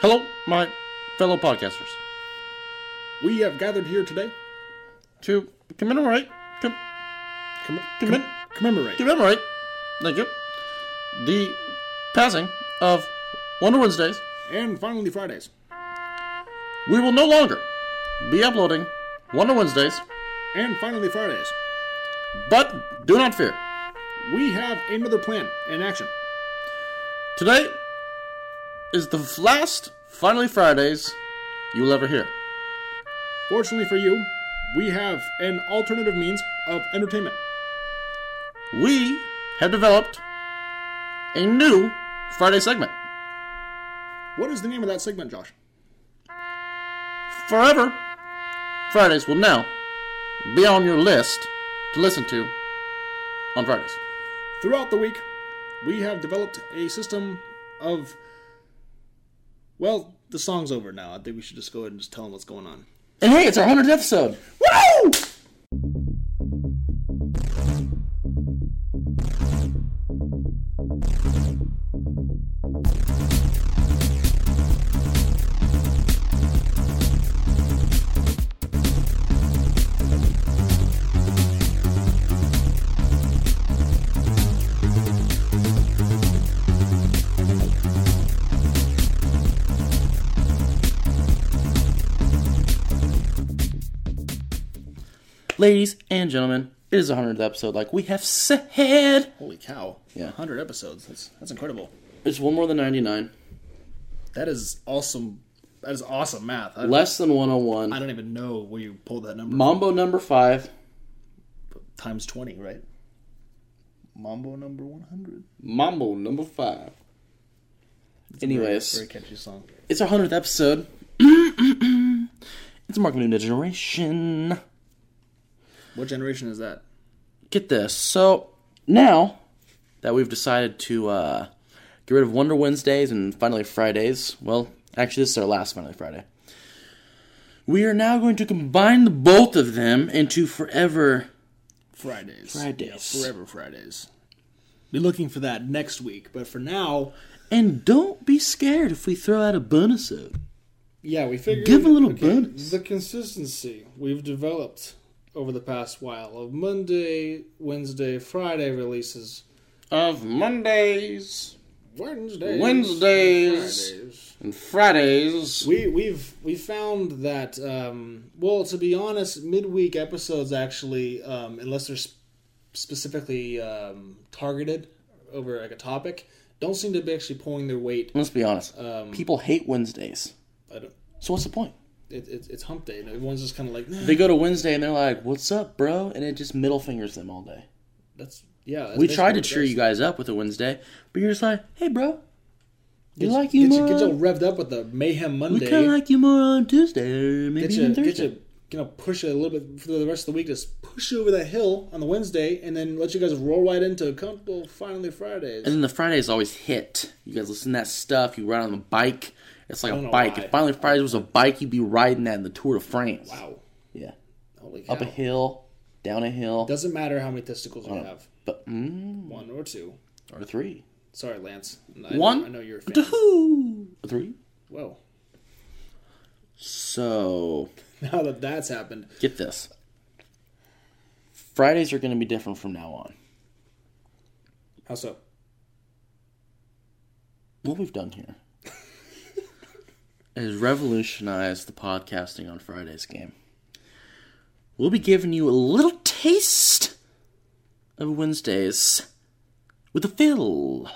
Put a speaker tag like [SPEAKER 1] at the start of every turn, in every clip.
[SPEAKER 1] Hello, my fellow podcasters.
[SPEAKER 2] We have gathered here today
[SPEAKER 1] To commemorate, com-
[SPEAKER 2] comm-
[SPEAKER 1] Commit-
[SPEAKER 2] comm- commemorate
[SPEAKER 1] commemorate, thank you, the passing of Wonder Wednesdays,
[SPEAKER 2] and finally Fridays.
[SPEAKER 1] we will no longer be uploading Wonder Wednesdays,
[SPEAKER 2] And finally Fridays.
[SPEAKER 1] but do not fear.
[SPEAKER 2] We have another plan in action.
[SPEAKER 1] Today is the last Finally Fridays you will ever hear.
[SPEAKER 2] Fortunately for you, we have an alternative means of entertainment.
[SPEAKER 1] We have developed a new Friday segment.
[SPEAKER 2] What is the name of that segment, Josh?
[SPEAKER 1] Forever Fridays will now be on your list to listen to on Fridays.
[SPEAKER 2] Throughout the week, we have developed a system of. Well, the song's over now. I think we should just go ahead and just tell them what's going on.
[SPEAKER 1] And hey, it's our 100th episode.
[SPEAKER 2] Woo!
[SPEAKER 1] Ladies and gentlemen, it is our 100th episode, like we have said.
[SPEAKER 2] Holy cow.
[SPEAKER 1] Yeah.
[SPEAKER 2] 100 episodes. That's, that's incredible.
[SPEAKER 1] It's one more than 99,
[SPEAKER 2] That is awesome. That is awesome math. I,
[SPEAKER 1] less than
[SPEAKER 2] I
[SPEAKER 1] 101.
[SPEAKER 2] don't even know where you pulled that number.
[SPEAKER 1] Mambo number five,
[SPEAKER 2] times 20, right? Mambo number 100.
[SPEAKER 1] Mambo number five.
[SPEAKER 2] Very
[SPEAKER 1] Anyways,
[SPEAKER 2] catchy song.
[SPEAKER 1] it's our 100th episode. it's marking a new generation.
[SPEAKER 2] What generation is that?
[SPEAKER 1] get this. So now that we've decided to uh, get rid of Wonder Wednesdays and finally Fridays, well, actually, this is our last Finally Friday. We are now going to combine the both of them into Forever.
[SPEAKER 2] Fridays.
[SPEAKER 1] Fridays.
[SPEAKER 2] Yeah, forever Fridays. Be looking for that next week, but for now,
[SPEAKER 1] And don't be scared if we throw out a bonus episode.
[SPEAKER 3] Yeah, we figured.
[SPEAKER 1] Give a little bonus.
[SPEAKER 3] The consistency we've developed over the past while of Monday, Wednesday, Friday releases,
[SPEAKER 1] Of Mondays
[SPEAKER 3] Wednesdays,
[SPEAKER 1] Wednesdays.
[SPEAKER 3] Fridays.
[SPEAKER 1] and Fridays.
[SPEAKER 3] We we've we found that um, well, to be honest, midweek episodes actually, um, unless they're sp- specifically um, targeted over like a topic, don't seem to be actually pulling their weight.
[SPEAKER 1] Let's be honest.
[SPEAKER 3] Um,
[SPEAKER 1] People hate Wednesdays.
[SPEAKER 3] I don't.
[SPEAKER 1] So what's the point?
[SPEAKER 3] It, it, it's hump day, and everyone's just kind of like,
[SPEAKER 1] They go to Wednesday and they're like, "What's up, bro?" And it just middle fingers them all day.
[SPEAKER 3] that's yeah. That's
[SPEAKER 1] we tried to
[SPEAKER 3] basically
[SPEAKER 1] cheer
[SPEAKER 3] what it
[SPEAKER 1] you
[SPEAKER 3] is.
[SPEAKER 1] guys up with a Wednesday, but you're just like, hey, bro, we like you
[SPEAKER 3] Get
[SPEAKER 1] more.
[SPEAKER 3] you, get you all revved up with the Mayhem
[SPEAKER 1] we
[SPEAKER 3] Monday.
[SPEAKER 1] kind of like you more on Tuesday, or maybe
[SPEAKER 3] get you,
[SPEAKER 1] even
[SPEAKER 3] get
[SPEAKER 1] Thursday.
[SPEAKER 3] you, you know, push it a little bit for the rest of the week. Just push you over that hill on the Wednesday, and then let you guys roll right into comfortable finally Fridays.
[SPEAKER 1] And then the Fridays always hit. You guys listen to that stuff. You ride on the bike. It's like
[SPEAKER 3] don't
[SPEAKER 1] a
[SPEAKER 3] know
[SPEAKER 1] bike.
[SPEAKER 3] why.
[SPEAKER 1] If finally Fridays was a bike, you'd be riding that in the Tour de France.
[SPEAKER 3] wow,
[SPEAKER 1] Yeah,
[SPEAKER 3] holy cow!
[SPEAKER 1] up a hill, down a hill,
[SPEAKER 3] Doesn't matter how many testicles you have,
[SPEAKER 1] but mm,
[SPEAKER 3] one or two.
[SPEAKER 1] or three,
[SPEAKER 3] Sorry, Lance. I
[SPEAKER 1] One?
[SPEAKER 3] Know, I know you're a fan.
[SPEAKER 1] two, or three.
[SPEAKER 3] Whoa!
[SPEAKER 1] So
[SPEAKER 3] Now that that's happened,
[SPEAKER 1] get this. Fridays are going to be different from now on.
[SPEAKER 3] how so?
[SPEAKER 1] what we've done here is revolutionized the podcasting on Friday's game. We'll be giving you a little taste of Wednesdays with a fill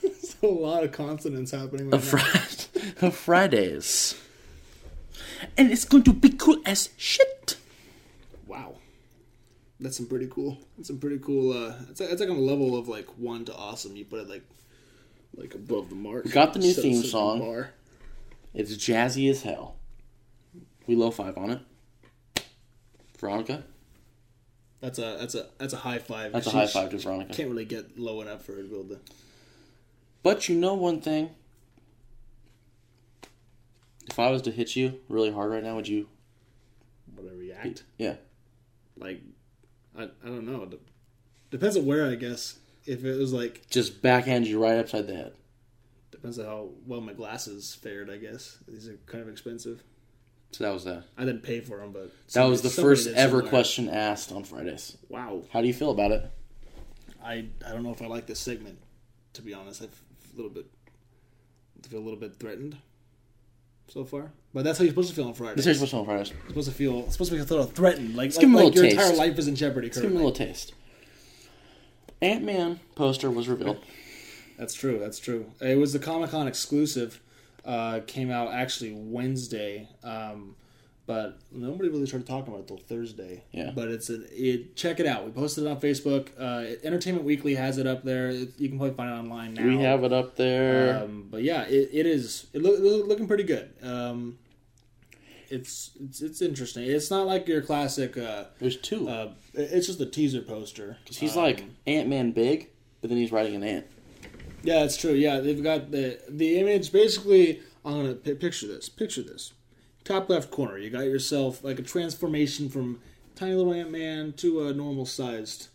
[SPEAKER 3] There's a lot of consonants happening right
[SPEAKER 1] of, Fri- of Fridays. And it's going to be cool as shit.
[SPEAKER 3] now. Wow. That's some pretty cool. That's some pretty cool. Uh, it's, it's like on a level of like one to awesome. You put it like, like above the mark.
[SPEAKER 1] Got the new theme
[SPEAKER 3] the
[SPEAKER 1] song.
[SPEAKER 3] bar.
[SPEAKER 1] It's jazzy as hell. We low five on it. Veronica?
[SPEAKER 3] That's a that's a that's a high five.
[SPEAKER 1] That's a
[SPEAKER 3] She-
[SPEAKER 1] high
[SPEAKER 3] she
[SPEAKER 1] five to Veronica.
[SPEAKER 3] Can't really get low enough for it. Will the
[SPEAKER 1] But you know one thing. If I was to hit you really hard right now, would you?
[SPEAKER 3] would I react?
[SPEAKER 1] Yeah.
[SPEAKER 3] Like, I I don't know. Dep- Depends on where I guess. If it was like
[SPEAKER 1] Just backhand you right upside the head.
[SPEAKER 3] dep-
[SPEAKER 2] Depends on how well my glasses fared, I guess. These are kind of expensive.
[SPEAKER 1] So that was the
[SPEAKER 2] I didn't pay for them, but
[SPEAKER 1] that
[SPEAKER 2] somebody-
[SPEAKER 1] was the
[SPEAKER 2] somebody
[SPEAKER 1] first
[SPEAKER 2] did
[SPEAKER 1] ever
[SPEAKER 2] somewhere.
[SPEAKER 1] question asked on Fridays.
[SPEAKER 2] Wow,
[SPEAKER 1] How do you feel about it?
[SPEAKER 2] I I don't know if I like this segment. To be honest, I f- a little bit I feel a little bit threatened so far. But that's how you're supposed to feel on Friday.
[SPEAKER 1] This is question on Fridays.
[SPEAKER 2] You're supposed to feel supposed to be a little threatened, like, like,
[SPEAKER 1] give 'em a
[SPEAKER 2] like
[SPEAKER 1] little
[SPEAKER 2] your
[SPEAKER 1] taste.
[SPEAKER 2] entire life is in jeopardy.
[SPEAKER 1] Give me a
[SPEAKER 2] currently.
[SPEAKER 1] little taste. Ant Man poster was revealed.
[SPEAKER 2] That's true. That's true. It was the Comic Con exclusive. Uh, came out actually Wednesday, um, but nobody really started talking about it till Thursday.
[SPEAKER 1] Yeah.
[SPEAKER 2] But it's a it. Check it out. We posted it on Facebook. Uh, Entertainment Weekly has it up there. It, you can probably find it online now.
[SPEAKER 1] We have it up there.
[SPEAKER 2] Um, but yeah, it, it is. It look, look- looking pretty good. Um, it's it's it's interesting. It's not like your classic. Uh,
[SPEAKER 1] There's two.
[SPEAKER 2] uh, it- it's just a teaser poster.
[SPEAKER 1] He's
[SPEAKER 2] Um,
[SPEAKER 1] like Ant Man big, but then he's riding an ant.
[SPEAKER 2] Yeah, that's true. Yeah, they've got the the image. Basically, I'm gonna pi picture this. Picture this. Top left corner, you got yourself like a transformation from tiny little Ant Man to a normal sized.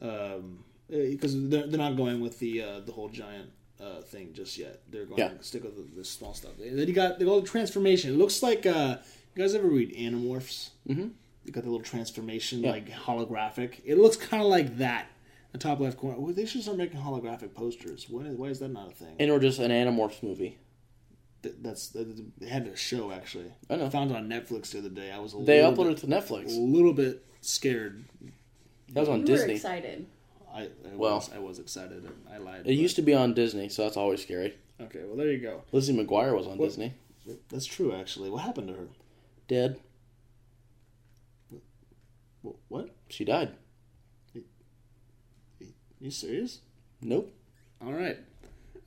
[SPEAKER 2] Um, because they're, they're not going with the uh, the whole giant uh, thing just yet. They're going
[SPEAKER 1] Yeah.
[SPEAKER 2] to stick with the, the small stuff. And then you got the little transformation. It looks like uh, you guys ever read Animorphs? Mm-hmm. You got the little transformation, like holographic. It looks kind of like that. The top left corner. Well, they should start making holographic posters. Why is, why is that not a thing?
[SPEAKER 1] And or just an Animorphs movie.
[SPEAKER 2] Th- that's that- they had a show actually.
[SPEAKER 1] I know.
[SPEAKER 2] found it on Netflix the other day. I was a
[SPEAKER 1] They
[SPEAKER 2] little
[SPEAKER 1] uploaded
[SPEAKER 2] bit,
[SPEAKER 1] it to
[SPEAKER 2] a
[SPEAKER 1] Netflix.
[SPEAKER 2] little bit scared.
[SPEAKER 1] That was on
[SPEAKER 4] You were
[SPEAKER 1] Disney.
[SPEAKER 4] excited.
[SPEAKER 2] I, I
[SPEAKER 1] Well.
[SPEAKER 2] was I was excited. I lied.
[SPEAKER 1] It used to be on Disney, so that's always scary.
[SPEAKER 2] Okay, well there you go.
[SPEAKER 1] Lizzie McGuire was on Disney.
[SPEAKER 2] That's true actually. What happened to her?
[SPEAKER 1] Dead.
[SPEAKER 2] Wh- What?
[SPEAKER 1] She died.
[SPEAKER 2] you serious?
[SPEAKER 1] Nope.
[SPEAKER 2] All right.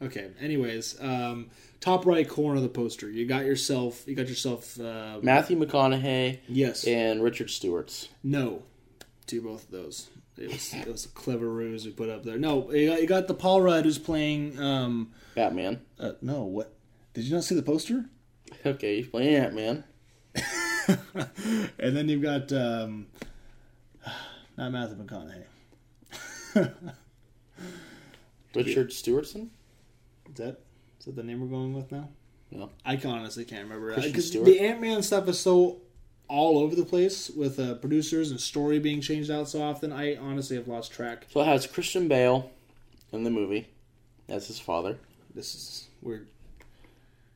[SPEAKER 2] Okay. Anyways, um, top right corner of the poster, you got yourself. You got yourself. Uh,
[SPEAKER 1] Matthew McConaughey
[SPEAKER 2] yes.
[SPEAKER 1] and Richard Stewart's.
[SPEAKER 2] No, to both of those. It was it was a clever ruse we put up there. No, you got, you got the Paul Rudd who's playing. Um,
[SPEAKER 1] Batman.
[SPEAKER 2] uh, no, what? Did you not see the poster?
[SPEAKER 1] Okay, he's playing Ant Man.
[SPEAKER 2] And then you've got um, not Matthew McConaughey.
[SPEAKER 1] Richard Stewartson?
[SPEAKER 2] Is that is that the name we're going with now?
[SPEAKER 1] No.
[SPEAKER 2] I can honestly can't remember.
[SPEAKER 1] Christian
[SPEAKER 2] 'Cause
[SPEAKER 1] Stewart?
[SPEAKER 2] The Ant Man stuff is so all over the place with uh, producers and story being changed out so often. I honestly have lost track.
[SPEAKER 1] So it has Christian Bale in the movie as his father.
[SPEAKER 2] This is we're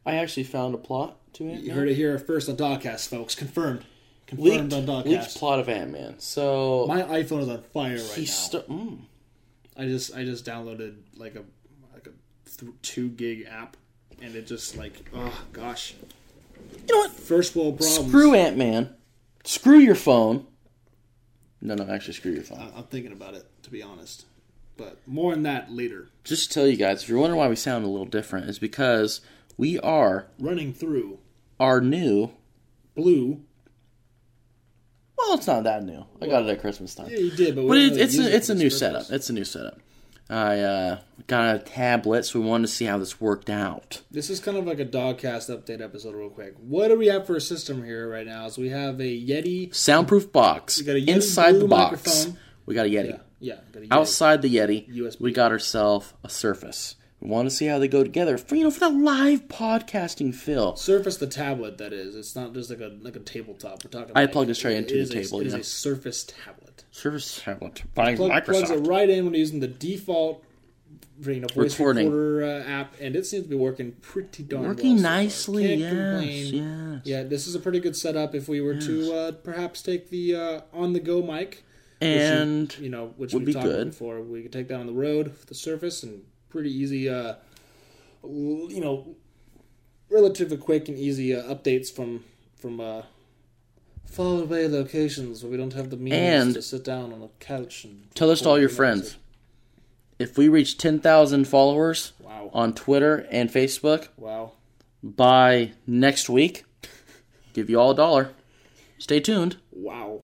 [SPEAKER 1] I actually found a plot to Ant
[SPEAKER 2] you
[SPEAKER 1] Man.
[SPEAKER 2] heard it here first on Dogcast, folks. Confirmed, confirmed
[SPEAKER 1] Leaked,
[SPEAKER 2] on
[SPEAKER 1] leaked
[SPEAKER 2] Dogcast.
[SPEAKER 1] plot of Ant Man. So
[SPEAKER 2] My iPhone is on fire right
[SPEAKER 1] he
[SPEAKER 2] now.
[SPEAKER 1] st- mm.
[SPEAKER 2] I just I just downloaded like a like a th- two gig app, and it just like oh gosh,
[SPEAKER 1] You know what?
[SPEAKER 2] first world problems.
[SPEAKER 1] Screw Ant Man. Screw your phone. No, no, actually, screw your phone.
[SPEAKER 2] I- I'm thinking about it to be honest, but more on that later.
[SPEAKER 1] Just to tell you guys, if you're wondering why we sound a little different, it's because we are
[SPEAKER 2] Running through
[SPEAKER 1] our new.
[SPEAKER 2] blue.
[SPEAKER 1] Well, it's not that new. I got it at Christmas time.
[SPEAKER 2] Yeah, you did, but, we
[SPEAKER 1] But
[SPEAKER 2] don't
[SPEAKER 1] it's
[SPEAKER 2] really
[SPEAKER 1] it's
[SPEAKER 2] use it
[SPEAKER 1] a, it's
[SPEAKER 2] for
[SPEAKER 1] a
[SPEAKER 2] this
[SPEAKER 1] new
[SPEAKER 2] purpose.
[SPEAKER 1] setup. It's a new setup. I uh, got a tablet, so we wanted to see how this worked out.
[SPEAKER 2] This is kind of like a Dogcast update episode, real quick. What do we have for a system here right now? Is we have a Yeti.
[SPEAKER 1] Soundproof box.
[SPEAKER 2] got a Yeti
[SPEAKER 1] Inside the
[SPEAKER 2] blue
[SPEAKER 1] box,
[SPEAKER 2] microphone.
[SPEAKER 1] we got a Yeti.
[SPEAKER 2] Yeah, yeah got a Yeti.
[SPEAKER 1] Outside the Yeti,
[SPEAKER 2] USB.
[SPEAKER 1] we got ourselves a Surface. We want to see how they go together for you know for that live podcasting feel.
[SPEAKER 2] Surface the tablet that is. It's not just like a like a tabletop. We're talking.
[SPEAKER 1] I
[SPEAKER 2] like-
[SPEAKER 1] plugged it straight into
[SPEAKER 2] it
[SPEAKER 1] the
[SPEAKER 2] is a-
[SPEAKER 1] table,
[SPEAKER 2] It is
[SPEAKER 1] yeah.
[SPEAKER 2] a Surface tablet.
[SPEAKER 1] Surface tablet by
[SPEAKER 2] Plug, Plugs it
[SPEAKER 1] Microsoft.
[SPEAKER 2] right in when you're using the default you know, voice
[SPEAKER 1] Recording.
[SPEAKER 2] recorder uh, app, and it seems to be working pretty darn
[SPEAKER 1] Working
[SPEAKER 2] well so far.
[SPEAKER 1] nicely,
[SPEAKER 2] Can't
[SPEAKER 1] yes,
[SPEAKER 2] complain.
[SPEAKER 1] yes.
[SPEAKER 2] Yeah, this is a pretty good setup. If we were to uh, perhaps take the uh, on-the-go mic,
[SPEAKER 1] And
[SPEAKER 2] you know, which
[SPEAKER 1] Would
[SPEAKER 2] we
[SPEAKER 1] be
[SPEAKER 2] talked about
[SPEAKER 1] good.
[SPEAKER 2] before, we could take that on the road, the surface, and pretty easy. Uh, l- you know, relatively quick and easy uh, updates from from uh, far away locations where we don't have the means
[SPEAKER 1] And-
[SPEAKER 2] to sit down on a couch and
[SPEAKER 1] tell this to all your
[SPEAKER 2] record an episode.
[SPEAKER 1] friends. If we reach ten thousand followers
[SPEAKER 2] Wow.
[SPEAKER 1] on Twitter and Facebook
[SPEAKER 2] Wow.
[SPEAKER 1] by next week, give you all a dollar. Stay tuned.
[SPEAKER 2] Wow.